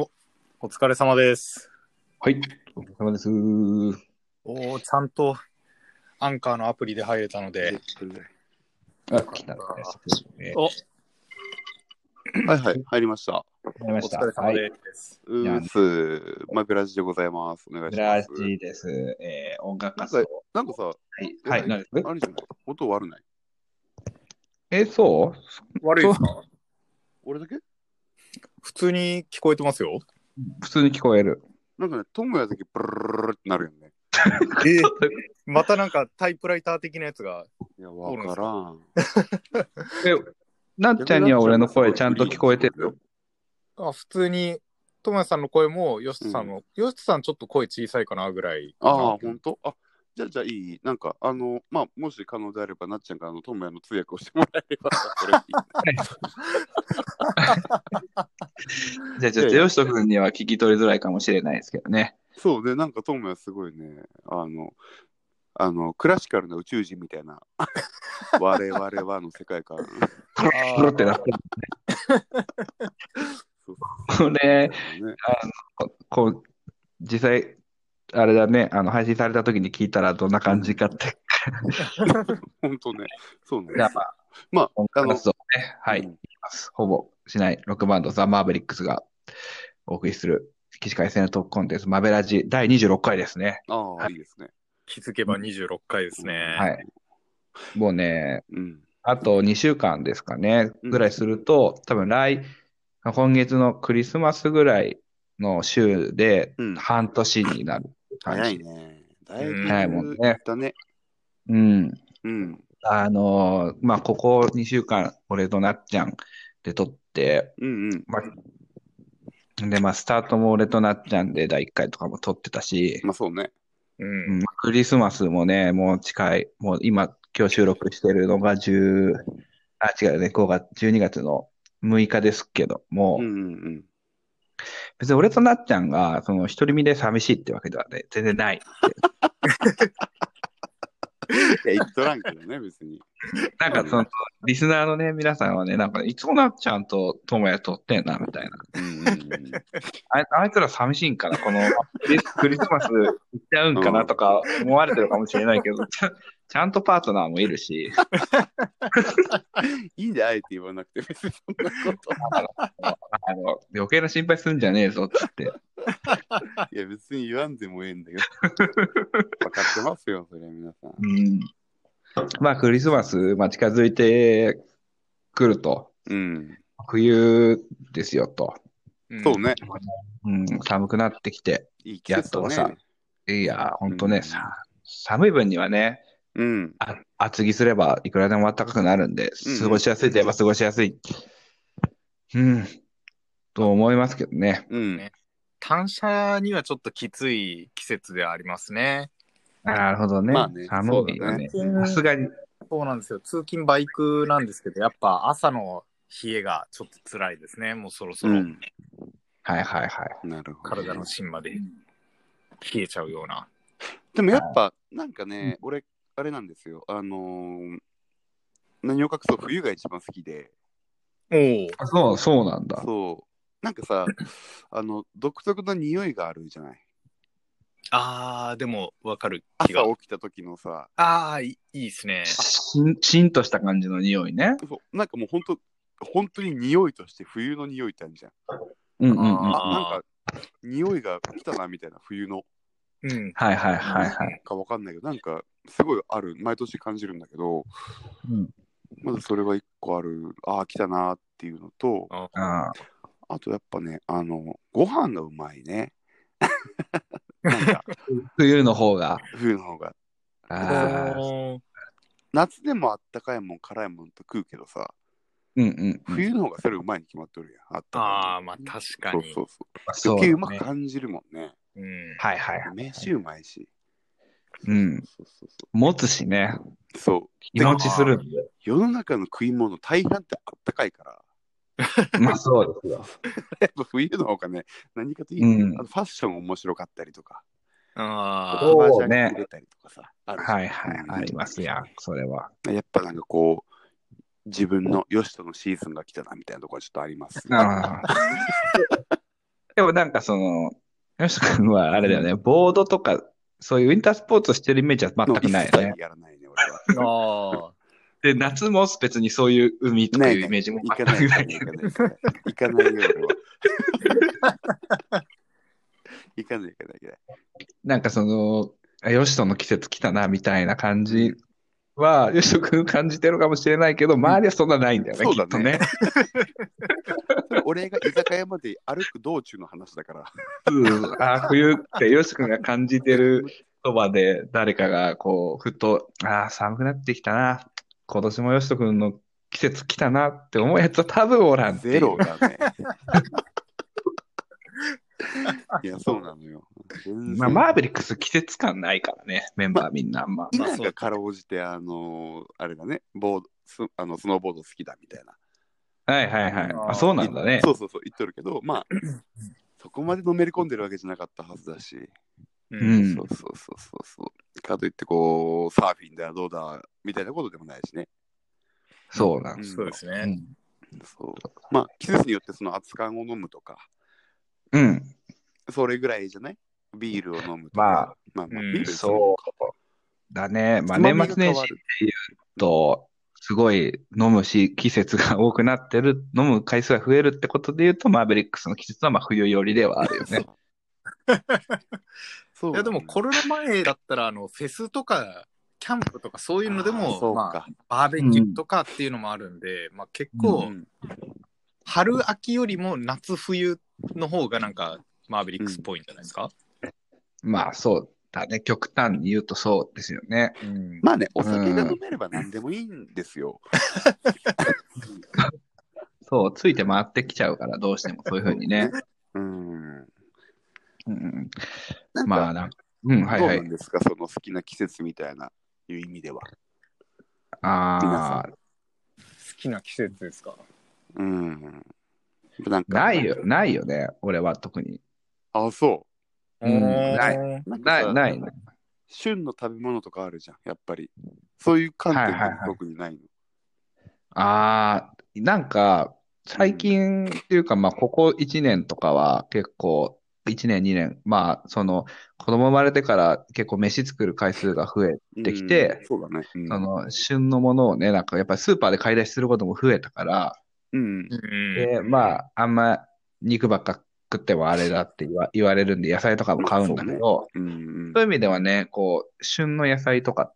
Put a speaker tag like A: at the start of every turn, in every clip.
A: お疲れ様です。
B: はい。お疲れ様です。
A: おお、ちゃんとアンカーのアプリで入れたので、
B: あ、来た。
A: え
C: おはいはい、入りました。
B: 入り
A: お
B: ました。
A: 疲れ様
B: はい。
A: です。
C: うーす、マグラジでございます。お願い
B: ブ
C: し
B: ラ
C: ます。
B: ジです。えー、音楽活動。
C: なんかさ、
B: はい。はい。何です
C: あれじゃない音悪ない
B: え、そう
A: 悪いですか
C: 俺だけ
A: 普通に聞こえてますよ。
B: 普通に聞こえる。
C: なんかね、トングやだけブルルルルってなるよね。
A: えまたなんかタイプライター的なやつが、
C: いや、わからん。
B: え、なっちゃんには俺の声ちゃんと聞こえてる。
A: あ普通に、ともやさんの声も、よしさんの、よしさんちょっと声小さいかなぐらい。
C: ああ、ほんとあじゃあ、じゃあいいなんか、あの、まあ、もし可能であれば、なっちゃんからあのトングやの通訳をしてもらえれば、それい い
B: じゃあ、ちょっと
C: いやいや
B: よしとくんには聞き取りづらいかもしれないですけどね。
C: そうで、なんかトムはすごいね、あの、あの、クラシカルな宇宙人みたい な、我々はの世界観。
B: プロってなってる。
C: そう
B: これ、
C: ね、
B: こう、実際、あれだね、あの、配信された時に聞いたらどんな感じかって。
C: 本当ね、そうな
B: じ
C: ん
B: ゃ
C: で
B: あ
C: す
B: ま。あ、
C: まあ、
B: 音楽活動ね。はい。
C: うん
B: ほぼしないロックバンドザ・マーベリックスがお送りする起死回生のトークコンテンツマベラジ第26回ですね。
C: ああ、いいですね。
A: 気づけば26回ですね。
B: はい。もうね、
C: うん。
B: あと2週間ですかね、
C: うん
B: ぐらいすると、多分来、今月のクリスマスぐらいの週で
C: うん
B: 半年になる感
C: 早
B: じ。
C: いね。だい
A: うん
C: ぶ
B: 早いもんね。
C: だね。
B: うん。
C: うん。
B: あのーまあ、ここ2週間、俺となっちゃんで撮って、
C: うんうん。
B: まあ、で、まあ、スタートも俺となっちゃんで第1回とかも撮ってたし、
C: まあそうね。
A: うん
B: うんクリスマスもね、もう近い。もう今、今日収録してるのが10、あ、違うね、5月、12月の6日ですけど、も
C: う
B: う、
C: んうんうん。
B: 別に俺となっちゃんが、その、独り身で寂しいってわけではね、全然ない。
C: いや、言っとらんけどね、別に。
B: なんかその、リスナーのね、皆さんはね、なんか、いつもなっちゃんとともやとってんな、みたいな。
C: うんうんうん。
B: あいあいつら寂しいんかな、この、クリスクリスマス行っちゃうんかなとか思われてるかもしれないけど、ちゃんちゃんとパートナーもいるし、
C: いいんで、あえて言わなくて、別にそんなこ
B: あの余計な心配するんじゃねえぞってって。
C: と。いや、別に言わんでもええんだけど。分かってますよ、それは皆さん。
B: うんまあ、クリスマス、まあ、近づいてくると、
C: うん。
B: 冬ですよと、
A: うん
C: そうね。
B: うん、寒くなってきて、
C: いい季節だね。
B: やっとさいや、本当
C: う
B: ね、
C: ん
B: さ寒い分にはね、
C: うん。
B: あ厚着すればいくらでも暖かくなるんで
C: うん、
B: 過ごしやすいといえば過ごしやすい。うん、と思いますけどね。
C: うん。
A: ね単車にはちょっときつい季節ではありますね。
B: なるほどね。
C: まあね
B: 寒いよね。
A: そうだね
B: さすがに、
A: そうなんですよ。通勤バイクなんですけど、やっぱ朝の冷えがちょっと辛いですね。もうそろそろ
C: うん
B: はいはいはい。
C: なるほど。
A: 体の芯まで冷えちゃうような。
C: でもやっぱ、なんかね、俺、あれなんですよ。あのー、何を隠そう、冬が一番好きで。
A: おお。
B: あそう、そうなんだ。
C: そう。なんかさ、あの、独特な匂いがあるじゃない。
A: あー、でもわかる気
C: 朝
A: が。
C: 起きた時のさ、
A: あー、いいいですね。
B: しん、しんとした感じの匂いね。
C: そうなんかもう本当本当に匂いとして冬の匂いってあるじゃん。
B: うんうんうん。
A: あー
C: あなんか、匂いが来たなみたいな冬の
A: うん。
B: はいはいはいはい。
C: かわかんないけど、なんか、すごいある。毎年感じるんだけど、
B: うん
C: まずそれが一個ある。ああ、来たなっていうのと、
A: あ
B: あ
C: あとやっぱね、あの、ご飯がうまいね。 な んか、
B: 冬の方が。
C: 冬の方が。
B: あー
A: ー
C: 夏でもあったかいもん、辛いもんと食うけどさ、
B: うんうん。
C: 冬の方がそれうまいに決まっとるやん。あった
A: あ
C: か
A: ー、まあ確
C: い
A: か
C: もん。
A: に。
C: そうそうそう。
B: そうだ
C: 余計
B: ね
C: うまく感じるもんね。
A: うん。
B: はいはい。
C: 飯うまいし。
B: うん。
C: そうそうそ
B: 持つしね。
C: う。そう。
B: 日持ちするんで。
C: 世の中の食い物、大半ってあったかいから、
B: まあそう ですよ。
C: やっぱ冬の方がね、何かといい。
B: うん
C: あとファッション面白かったりとか、
A: あ
B: そうね
C: 麻雀入れたりとかさ、あるし
B: はいはい。ありますやん。それは。
C: やっぱなんかこう、自分のよしとのシーズンが来たなみたいなところはちょっとあります。
B: ああ。 でもなんかその、吉野君はあれだよね、ボードとか、そういうウィンタースポーツをしてるイメージは全
C: の
B: く
C: 一
B: ないよね
C: 切。やらないね、俺は。
A: あ
B: で、夏も別にそういう海とかいうイメージも
C: 行か
B: 全く
C: ない、行
B: な
C: かない
B: い。、
C: 行かない。行かないよ、俺は。行かない、行かない、行かない。
B: なんかその、あ吉野の季節来たな、みたいな感じは、吉野君感じてるかもしれないけど、周りはそんなないんだよね、
C: そう
B: き
C: だ
B: っと
C: ね
B: ね。
C: 俺が居酒屋まで歩く道中の話だから。
B: うんあー冬って吉野君が感じてるそばで、誰かがこう、ふと、ああ、寒くなってきたな。今年も吉野君の季節来たなって思うやつは多分おらんっていう
C: ゼロ だね。いや、そうなのよ。全然
B: まあ、マーベリックス季節感ないからね、メンバーみんな。まあ、
A: まあ
C: 今
A: そう
C: がかろうじて、あのーあれだね、ボード、スあのスノーボード好きだみたいな。
B: はいはいはい。
A: あー
B: あ、そうなんだね。
C: そうそうそう、言っとるけど、まあ、そこまでのめり込んでるわけじゃなかったはずだし、
A: う。
B: うんん
C: そ。うそうそうそうそう。かといって、こう、サーフィンだ、どうだ、みたいなことでもないしね。
B: そうなんだ
C: うん
A: そうです
B: う
A: ね。
B: ん。
C: そうまあ、季節によってその熱燗を飲むとか、
B: うん。
C: それぐらいじゃないビールを飲むとか。
B: まあ、
C: まあ、まあ、
A: うん
C: ビール
B: そう。だね。まあ、
C: つま
B: 年
C: みが
B: 末年始
C: 変わ
B: って
C: る
B: いうと、すごい飲むし、季節が多くなってる、飲む回数が増えるってことで言うと、マーベリックスの季節はまあ冬寄りではあるよ ね。
C: そう。そう
A: いや、でもコロナ前だったら、あの、フェスとか、キャンプとかそういうので
C: あーそ
A: も、
C: う
A: まあ、
C: か。
A: バーベキューとかっていうのもあるんで、まあ結構、
C: うん
A: 春秋よりも夏冬の方がなんか、マーベリックスっぽいんじゃないですか。
B: まあ、そうだね。極端に言うとそうですよね。
A: うん
C: まあね、お酒が飲めれば何でもいいんですよ。
B: そう、ついて回ってきちゃうから、どうしてもそういうふうに ね。
C: うん。
B: うん。
C: なん
B: まあ、
C: か、
B: なんかうん、はい
C: どう
B: は
C: ないん。ですか、その好きな季節みたいな、いう意味では。
B: ああ、
A: 好きな季節ですか。。
C: うん。なんか
B: ないよ、。ないよね。俺は特に。
C: あ、そ
B: うんない
C: う。なんか
B: な
C: さ
B: い、ない。
C: 旬の食べ物とかあるじゃん、やっぱり。そういう観点
B: はいはい
C: で
B: はい
C: 特にないの。
B: ああ、なんか、最近っていうか、まあ、ここ1年とかは結構、1年、2年、まあ、その、子供生まれてから結構飯作る回数が増え、
C: うん
B: できて
C: そうだね。うん
B: その、旬のものをね、なんかやっぱりスーパーで買い出しすることも増えたから、
C: うん。
B: で、まあ、あんま肉ばっか食ってもあれだって言わ、言われるんで、野菜とかも買うんだけど、
C: うんうん
B: そういう意味ではね、こう、旬の野菜とか、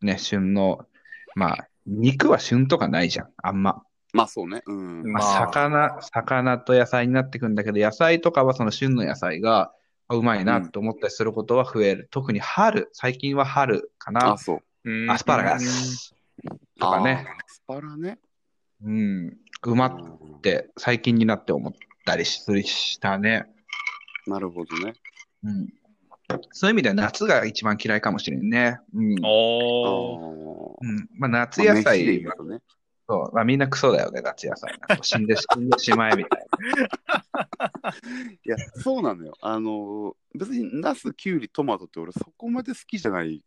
B: ね、旬の、まあ、肉は旬とかないじゃん、あんま。
C: まあそうね。うん。
B: まあ、
A: まあ
B: 魚、魚と野菜になってくんだけど、野菜とかはその旬の野菜があうまいなと思ったりすることは増える。特に春、最近は春か
C: あ、
B: な。
C: そう。
A: うん
B: アスパラガ。スとかね。
C: あー。アスパラね。
B: うん、うまっ
C: うん
B: て最近になって思ったりするしたね。
C: なるほどね。
B: うん、そういう意味では夏が一番嫌いかもしれんね。うん
C: あ
A: おー。
C: ー
B: うんまあ、夏
C: まあ
B: 野
C: 飯で
B: 菜
C: 言うとね
B: そう、まあ、みんなクソだよね、夏野菜 なんか。死んで死んでしまえみたい
C: いや、そうなのよ。あのー、別に、ナス、キュウリ、トマトって俺そこまで好きじゃない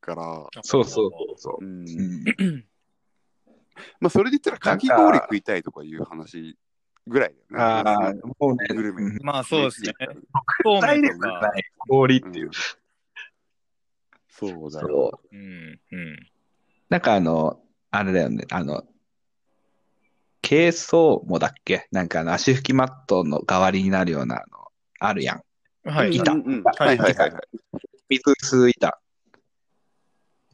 C: から、
B: な。そうそうそうう。
C: ん。
B: うん
C: まあ、それで言ったら、かき氷食いたいとかいう話ぐらいだよね。
B: ああ、もうね、
C: グルメ
B: うん
A: まあそうですね。
B: そ
A: そうう
B: め
A: め
B: ん
A: ん
B: と
A: と
B: か
A: か。
B: 氷って
C: ん
B: いう。
C: そうだよ。
B: そう
A: うん。うん。
B: なんかあの、あれだよね、あの、珪藻もだっけなんかあの足拭きマットの代わりになるようなあの、あるやん。
A: は
C: うん
A: い。
B: 板
C: うんうんはいはいはいはい。
B: 水吸う板。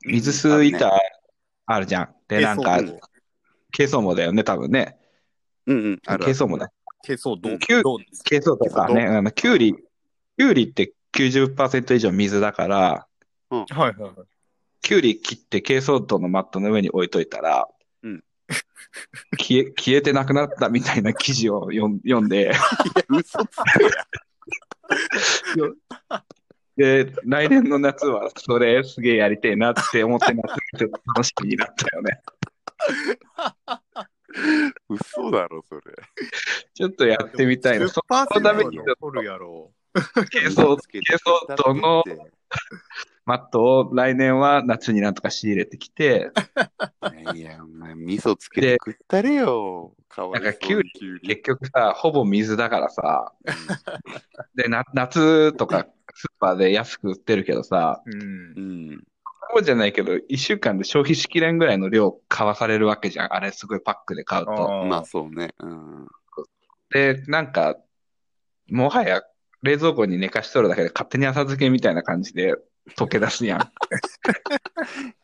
B: 水吸う板あるじゃん。で、なんか
C: 珪藻も、
B: 珪藻もだよね、多分ね。
C: うんうん。ある
B: 珪
C: ある
B: 藻もだ。
A: けそう、どう
B: きゅう
A: どうです
B: 珪藻とかね、あの、キュウリ、キュウリって90%以上水だから、
A: かはいはいはい。
B: キュウリ切って珪藻土のマットの上に置いといたら、
C: うん
B: 消え消えてなくなったみたいな記事を読ん読んで
C: 嘘つ
B: で、来年の夏はそれすげえやりてえなって思って夏って楽しみになったよね。
C: 嘘だろ、それ。
B: ちょっとやってみたいな。そのために
A: 10%取るやろ
B: 珪藻
C: つけて
B: 珪藻とのマットを来年は夏になんとか仕入れてきて、
C: いや、お前、味噌つけて食ったれよ。かわい
B: なんかきゅうり
C: きゅうり
B: 結局さ、ほぼ水だからさ、で、な夏とかスーパーで安く売ってるけどさ、
A: うん
C: う。ん。
B: ほぼじゃないけど、1週間で消費しきれんぐらいの量買わされるわけじゃん。あれすごいパックで買うと。
A: あー
C: まあ、そうね。うん。
B: で、なんか、もはや冷蔵庫に寝かしとるだけで勝手に浅漬けみたいな感じで溶け出すやん。
C: い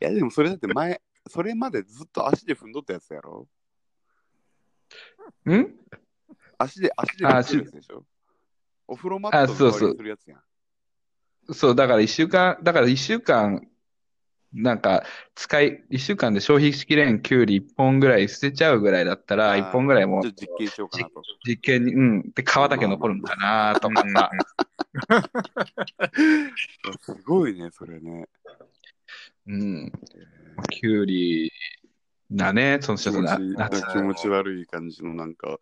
C: や、でもそれだって前、それまでずっと足で踏んどったやつやろ
B: ん
C: 足で、足で踏んどるやつでしょお風呂マッ
B: あ
C: ト
B: そう
C: の代わ
B: そう
C: りにするやつやん。
B: そう、だから一週間、だから一週間、なんか、使い、一週間で消費しきれんきゅうり一本ぐらい捨てちゃうぐらいだったら、
C: あー
B: 一本ぐらいもう
C: ちょっと実験しようかなと。
B: 実験に、うん、で、皮だけ残るんかなとかさ、
C: いやすごいね、それね。
B: うん。きゅうりだね、その
C: 気
B: 人
C: 持
B: な、
C: ち
B: 夏
C: 気持ち悪い感じのなんか。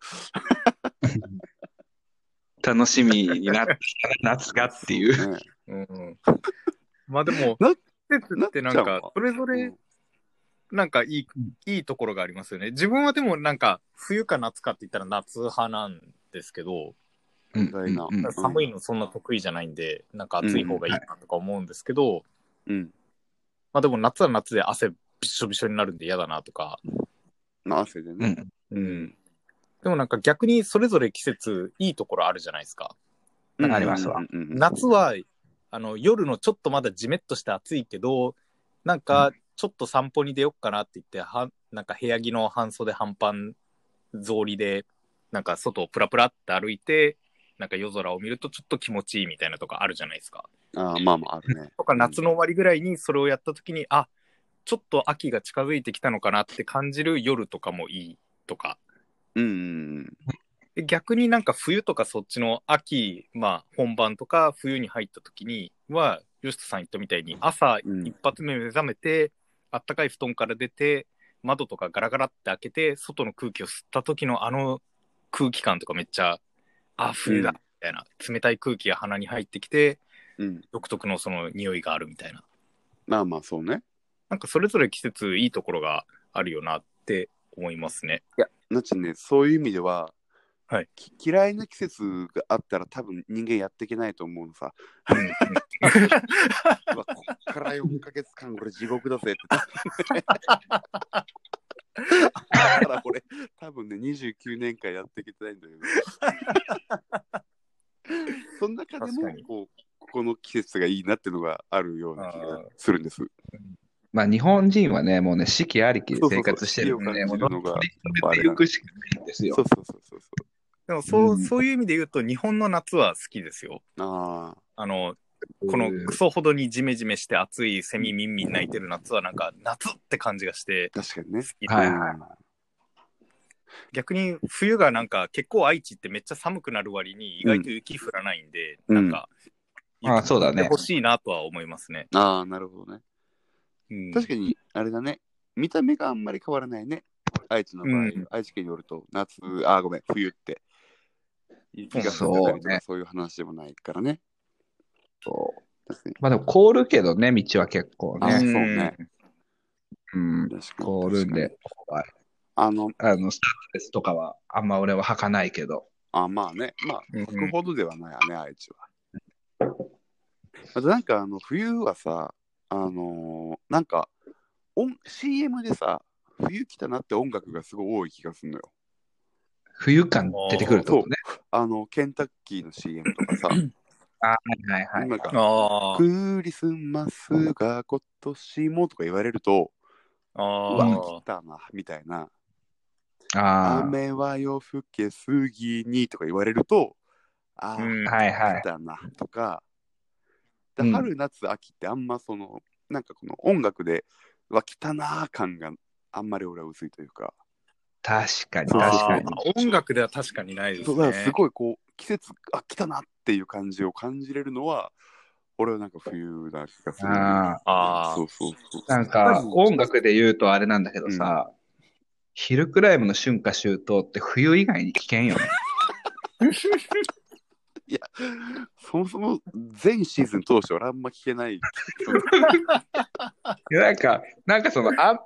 B: 楽しみになってきたな、夏がっていう。
C: そうね
A: うんうんまあでも、
C: な
A: 季節ってなん
C: なっちゃう
A: か
C: わ、
A: それぞ
C: う
A: れ
C: ん
A: なんかいい、いいところがありますよね。自分はでもなんか、冬か夏かって言ったら夏派なんですけど、
B: うん
C: 意外な
B: うんうん
A: 寒いのそんな得意じゃないんで、なんか暑い方がいいなとか思うんですけど、
C: うん。
A: まあでも夏は夏で汗びっしょびしょになるんで嫌だなとか、
C: まあ、汗で
B: う
C: ね。
B: ん。
A: うん。でもなんか逆にそれぞれ季節いいところあるじゃないですか。
B: うん
C: うん
B: ありますわ。
C: うんうん
A: 夏はあの夜のちょっとまだじめっとして暑いけどなんかちょっと散歩に出よっかなって言ってはなんか部屋着の半袖半パン草履でなんか外をプラプラって歩いてなんか夜空を見るとちょっと気持ちいいみたいなとかあるじゃないですか。
C: あーまあまあ、あるね。
A: とか夏の終わりぐらいにそれをやった時にあちょっと秋が近づいてきたのかなって感じる夜とかもいいとか
C: うんうん
A: で逆になんか冬とかそっちの秋、まあ本番とか冬に入った時には、吉田さん言ったみたいに朝
C: うん
A: 一発目目覚めて、あったかい布団から出て、窓とかガラガラって開けて、外の空気を吸った時のあの空気感とかめっちゃ、あ、冬だ、
C: うん
A: みたいな。冷たい空気が鼻に入ってきて、
C: うん。うん。
A: 独特のその匂いがあるみたいな。
C: まあまあ、そうね。
A: なんかそれぞれ季節いいところがあるよなって思いますね。
C: なっちね、そういう意味では、
A: はい
C: き嫌いな季節があったら多分人間やっていけないと思うのさ。
A: うんうん
C: うわ、こっから4ヶ月間これ地獄だぜって。 だからこれ多分ね29年間やっていけてないんだけど。 その中で
A: 確
C: も
A: かに
C: こうここの季節がいいなっていうのがあるような気がするんです。
B: まあ日本人はね、もうね、四季ありきで生活してるんでね、
C: そうそうそう四季を感じ
B: もう乗り越えていくしかないんですよ
C: そう。そうそうそうそ
A: でもそう、
B: うん
A: そういう意味で言うと、日本の夏は好きですよ。
C: う。ああ。
A: あの、このクソほどにジメジメして暑いセミミンミン鳴いてる夏はなんか夏って感じがして
C: 確かに
A: 好
C: ね。
A: き、
B: はい
A: 逆に冬がなんか結構愛知ってめっちゃ寒くなる割に意外と雪降らないんで、
C: う
A: な
C: ん
A: んか、
B: うんあそうだね
A: 欲しいなとは思いますね。
C: ああ、なるほどね。
A: うん、
C: 確かに、あれだね。見た目があんまり変わらないね。愛知の場合、
A: うん
C: 愛知県によると、夏、あーごめん、冬って。雪が降ってたりと
B: そうね
C: か、そういう話でもないからね。確かに。
B: まあでも凍るけどね、道は結構
C: あ
B: ね。
C: そうね
B: うん、
C: 確かに。
B: 凍るん
C: 確かに。
B: で怖い。
C: あの、
B: あの、スタッドレスとかはあんま俺は履かないけど。
C: あ、まあね。まあ、
A: うん
C: 行くほどではないわね、愛知は。あと、なんか、あの、冬はさ、あのーなんか、音 CM でさ、冬来たなって音楽がすごい多い気がするのよ。
B: 冬感出てくるってことね。
C: あの、ケンタッキーの CM とかさ、
B: あはいはいは
C: 今
B: い。
C: が、
A: あー
C: クリスマスが今年もとか言われると、う
A: あ
C: わ、
A: ー
C: 来たな、みたいな。
B: あ
C: 雨は夜更けすぎにとか言われると、あ
A: う
C: ー、
A: ん
B: あ、はいは
C: 来
B: い。
C: たな、とか。で
B: うん
C: 春、夏、秋ってあんまその、なんかこの音楽で、うわ、来たな感があんまり俺は薄いというか。
B: 確かに
C: そう
B: 確
C: そう
B: かに。
A: あー音楽では確かにないです
C: そうだからす
A: ね。
C: ごいこう、季節、あ、来たなっていう感じを感じれるのは、俺はなんか冬な気がする。
B: あ
A: あー
C: そうそうそう。
B: なんか音楽で言うとあれなんだけどさ、ヒルクライムの春夏秋冬って冬以外に危険よね。
C: いや、そもそも全シーズン通して俺あんま聞けない。
B: いやなんか、なんかその、あ、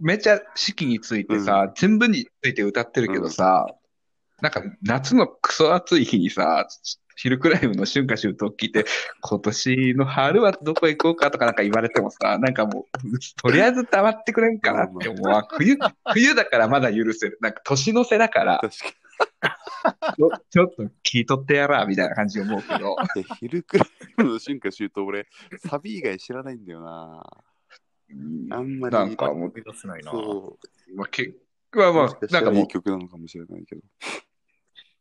B: めちゃ四季についてさ、全部について歌ってるけどさ、なんか夏のクソ暑い日にさ、ヒルクライムの春夏秋冬聞いて、今年の春はどこ行こうかとかなんか言われてもさ、なんかもう、とりあえず黙ってくれんかなって思うわ。冬、冬だからまだ許せる。なんか年の瀬だ から、
C: 確か
B: ちょちょっと聞いとってやら、みたいな感じ思うけど。
C: に。で 昼くらいの春夏秋冬俺、サビ以外知らないんだよな。あんまり。
B: なんかもう
A: 思い出せないな。
C: そ
B: まあ、結局は
C: う。
B: ま
C: もし
B: あ
C: か、し
B: な
C: た
B: んから
C: い
B: も、
C: いう曲なのかもしれないけど。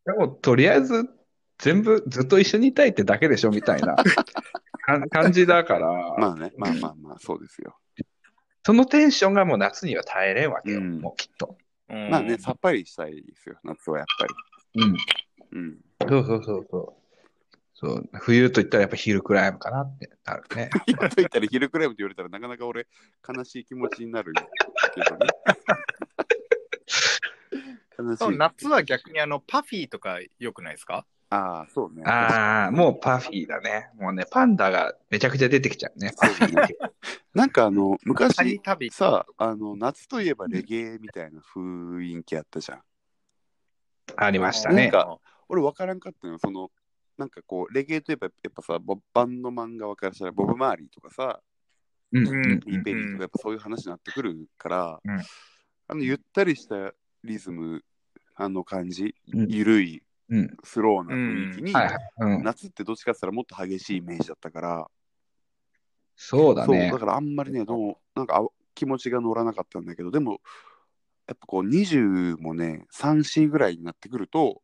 B: でもとりあえず全部ずっと一緒にいたいってだけでしょみたい なかん感じだから、
C: まあね、まあまあまあ、そうですよ。
B: そのテンションがもう夏には耐えれんわけよ、
C: うん
B: もうきっと。
A: うん
C: まあね、さっぱりしたいですよ、夏はやっぱり。
B: うん。
C: うん。
B: そうそうそうそう。そう冬といったらやっぱヒルクライムかなってなる ね。
C: いや、といったら昼くらいもって言われたら、なかなか俺、悲しい気持ちになるけ どね。悲し
A: そう
C: い。
A: 夏は逆にあの、パフィーとか良くないですか
C: ああ、そうね。
B: ああ、もうパフィーだね。もうね、パンダがめちゃくちゃ出てきちゃうね。パフィー。
C: なんかあの、
A: パリ
C: 昔
A: 旅。
C: さ、あの、夏といえばレゲエみたいな雰囲気あったじゃん。
B: ありました
C: なん
B: ね。
C: か、俺分からんかったのよ。その、なんかこう、レゲエといえば、やっぱさ、ボバンドマンが分からしたら、ボブ・マーリーとかさ、
B: うん
A: う
B: うんん
C: イーペリーとか、やっぱそういう話になってくるから、
B: うん
C: あの、ゆったりしたリズム、あの感じ、
B: うん
C: ゆるい、
B: うん
C: スローな雰囲気に、
B: うん。はいはい。うん。
C: 夏ってどっちかって言ったらもっと激しいイメージだったから、
B: そうだね
C: そうだ。からあんまりねどうなんかあ気持ちが乗らなかったんだけどでもやっぱこう20もね 3C ぐらいになってくると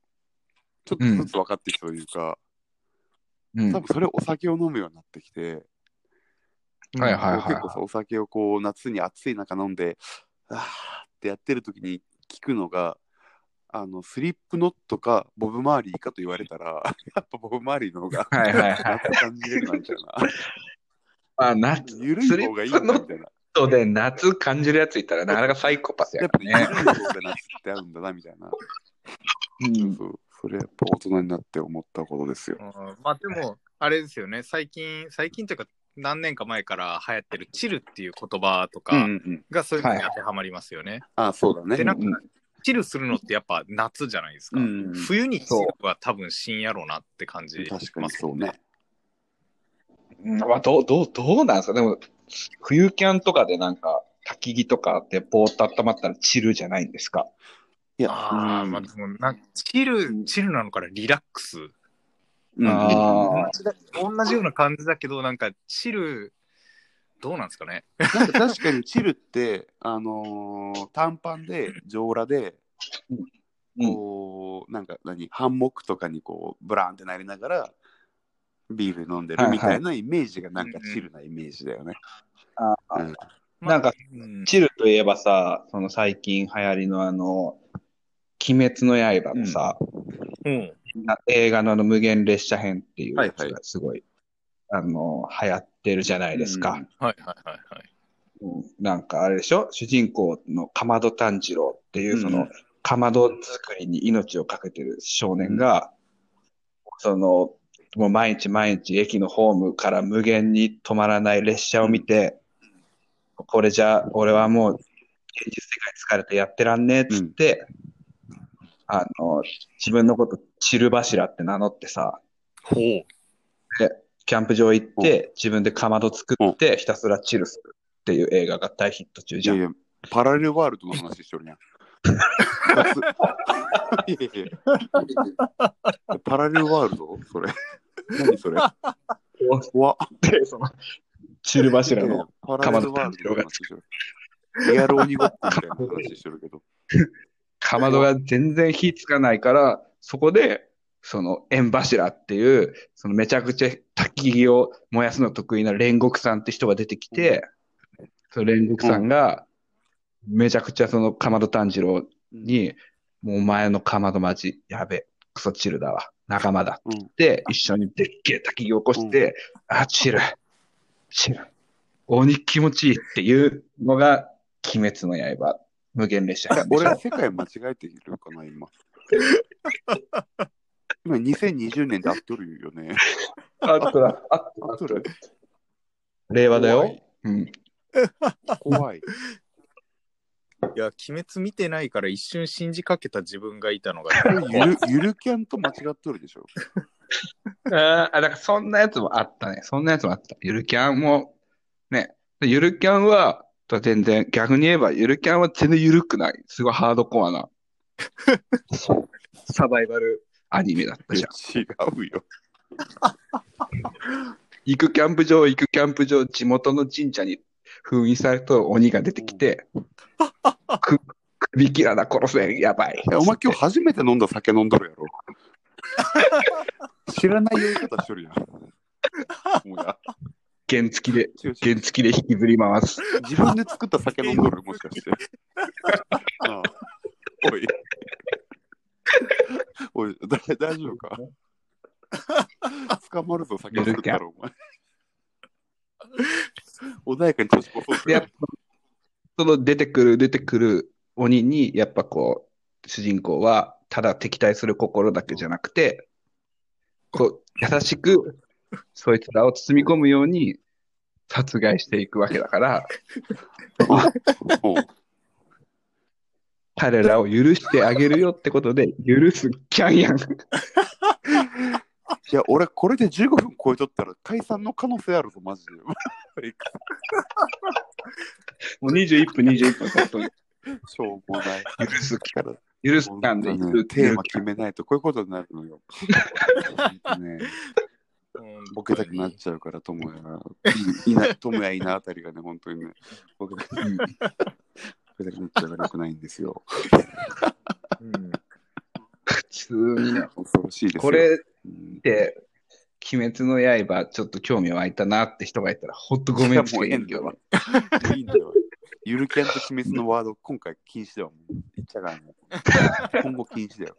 C: ちょっとずつ分かってきたというか、
B: うん。
C: 多
B: はい
C: 分それお酒を飲むようになってきて、
B: はいはい
C: 結構さお酒をこう夏に暑い中飲んであーってやってる時に聞くのがあのスリップノットかボブ・マーリーかと言われたらやっぱボブ・マーリーの方が
B: はいはいはい。
C: 夏感じれるなみたい な
B: まあ、夏
C: 緩い方がいいなみた
B: ち
C: いな
B: ょっとで夏感じるやついたらなかなかサイコパス
C: や
B: や
C: っ
B: か
C: ぱ
B: らね。
C: ね、そうだなってあるんだな、みたいな。
B: うん、
C: そう、それやっぱ大人になって思ったことですよ。
A: うんまあでも、あれですよね、最近、最近というか、何年か前から流行ってるチルっていう言葉とか
C: うん。
A: がそういうのに当てはまりますよね。
C: あ、そうだね。
A: で、なんか
B: うん、
A: チルするのってやっぱ夏じゃないですか。
C: うん
A: 冬にチルは多分死んやろうなって感じ
C: 確か
A: ま
C: に
A: すよ
C: そうね。。
B: うんまあ、どう、どう、どうなんですかでも、冬キャンとかでなんか、焚き木とかでぼーっと温まったら散るじゃないんですか。
C: いや、
A: ああ、
C: うん
A: まあでもなんか、チル、チルなのからリラックス。
C: うん
B: あ
A: 同じだ同じような感じだけど、なんか、チル、どうなんですかね。
C: なんか確かにチルって、あのー短パンで、上裸で、
B: うん、
C: こう、なんか何、ハンモックとかにこう、ブラーンってなりながら、ビール飲んでるみたいなイメージがなんかチルなイメージだよね。
B: ああ
C: うん
A: まあ
B: なんか、
A: うん
B: 散るといえばさ、その最近流行りのあの、鬼滅の刃のさ、
A: うん
B: な映画のあの無限列車編っていうやつ
C: はい
B: がすごい、あの、流行ってるじゃないですか。
C: うん
A: はいはいはいはい。
B: うんなんかあれでしょ主人公のかまど炭治郎っていう、
C: うん
B: その、かまど作りに命を懸けてる少年が、その、もう毎日毎日駅のホームから無限に止まらない列車を見て、これじゃ、俺はもう、現実世界疲れてやってらんねえっつって、あの、自分のこと、チル柱って名乗ってさ、
A: ほう。
B: キャンプ場行って、自分でかまど作って、ひたすらチルするっていう映画が大ヒット中
C: い
B: じゃ
C: や
B: ん
C: い。や、パラレルワールドの話しとるやん。 いやいやパラレルワールドそれ。何それ怖っ。
B: で、その、チル柱
C: いやいや
B: の。
C: パラレルワールドの話しとる。リアル鬼ごっこみたいな話しとるけど。
B: かまどが全然火つかないから、そこで、その、縁柱っていう、そのめちゃくちゃ焚き火を燃やすの得意な煉獄さんって人が出てきて、その煉獄さんが、めちゃくちゃそのかまど炭治郎に、もうお前のかまど町、やべ、クソチルだわ、仲間だ
C: うん、
B: って、一緒にでっけえ焚き火を起こして、あ、チル、チル、鬼気持ちいいっていうのが、鬼滅の刃、 無限列車
C: え。俺、世界間違えているかな、今。今2020年で合っとるよね。
B: あっとだ、あっとだ、あっとだ。令和だよ。うん。
C: 怖い。
A: いや、鬼滅見てないから一瞬信じかけた自分がいたのが。
C: ゆるゆるキャンと間違っとるでしょ。
B: ああ、だからそんなやつもあったね。そんなやつもあった。ゆるキャンも、ね。ゆるキャンは、全然、逆に言えば、ゆるキャンは全然ゆるくない。すごいハードコアなサバイバルアニメだった
C: い
B: じ
C: や
B: ゃん。
C: 違うよ。
B: 行くキャンプ場、行くキャンプ場、地元の神社に封印された鬼が出てきて、く、首切らな殺せ、やばい。
C: いやお前今日初めて飲んだ酒飲んど るやろ。知らない酔い方しとるやん。もうや
B: 原付きで、
C: 違う違う
B: 原付きで引きずり回す。
C: 自分で作った酒飲んど るもしかして。なあお い。おい、だ大丈夫か捕まるぞ、酒飲んだらお前。穏やかに年越そう
B: でやっぱその出てくる、出てくる鬼に、やっぱこう、主人公は、ただ敵対する心だけじゃなくて、こう、優しく、そいつらを包み込むように、殺害していくわけだから、
C: もう
B: 彼らを許してあげるよってことで、許すキャンやん。
C: いや、俺、これで15分超えとったら解散の可能性あるぞ、マジで。
B: もう21分、21分、本当に。
C: しょ うもない。
B: 許す、
C: から
B: 許すキャンで許す。
C: テーマ決めないとこういうことになるのよ。
A: うん
C: ね、ボケたくなっちゃうから、ともやが。いな、ともやいなあたりがね、本当にね、ボケたくなっ
B: うん
C: ちゃうからよくないんですよ。
A: うん
B: 普通にね。
C: 恐ろしいですよ。
B: これっ
C: うん、
B: て、鬼滅の刃、ちょっと興味湧いたなって人がいたら、ほんとごめんつけいいけど
C: いいんだよ。ゆるキャンと鬼滅のワード、今回禁止だよ。もう言っちゃから もう。今後禁止だよ。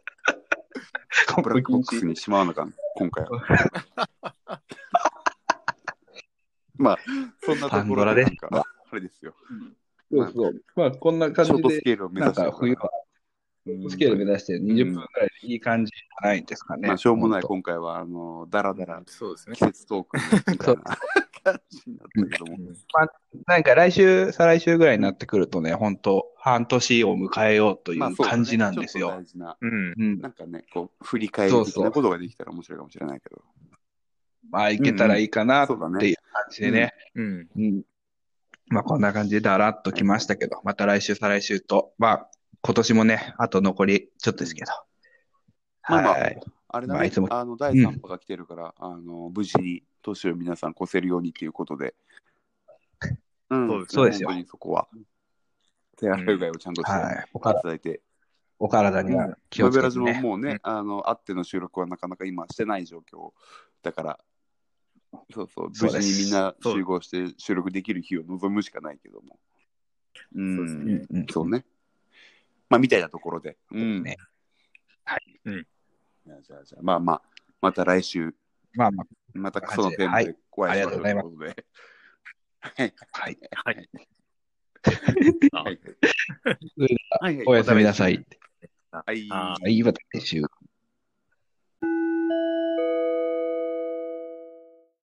C: ブラックボックスにしまわなあかん、今回は。 まあ、そんなところなんか、あれですよ。
B: そうそう。まあ、こんな感
C: シ
B: じ
C: ョート
B: で
C: ス、ケールを目
B: なん
C: 指して
B: か
C: る
B: 冬は、スケール目指して20分くらいでいい感じじゃないですかね。
C: まあ、しょうもない、
B: ほん
C: 今回は、あの、だらだら、
A: そうですね
C: 季。節トークみたいな感じになったけども。
B: となんか来週、再来週ぐらいになってくるとね、本当半年を迎えようとい
C: まあ
B: う感じなんです
C: そう
B: よ
C: ね。ちょっと大事な
A: うん。
B: うん。
C: なんかね、こう、振り返り的なことができたら面白いかもしれないけど。
B: まあ、いけたらいいかなって
C: そ
B: いうう
C: だ
B: 感
C: ね
B: じでね。
A: うん。
B: うん。まあ、こんな感じでだらっときましたけど、また来週、再来週と、まあ、今年もね、あと残りちょっとですけど。
C: まあまあ
B: はい。
C: あれだ
B: まあ
C: ね
B: いつ、も
C: あの、第3波が来てるから、あの、無事に年を皆さん越せるようにというこ とで。うん
A: そうです
B: そうですよ
C: 本当にそこは。手洗いうがいをちゃんとしてい
B: はい。おか
C: ただいて。
B: お体には気を
C: マ
B: つ
C: ベ
B: け
C: ラ
B: て
C: ジも
B: ね。
C: もうね、あの、あっての収録はなかなか今してない状況だから、そうそう、無
B: そう
C: 事
B: です
C: にみんな
A: そう
C: 集合して収録できる日を望むしかないけども。う
A: そうです
B: うん
A: ね、
B: んうん
C: そうね。まあ、みたいなところで。うん。
B: ね
C: はい。
A: うん
C: じゃあじゃあじゃあ、まあまあ、また来週、
B: まあま
C: またクソのテーマでお会いしましょうということで。はい。
B: あ、はい。
A: はい。
C: はい。
B: それで
C: はい。
B: おやすみなさい。
C: はい。
A: あー
B: はい、また来週。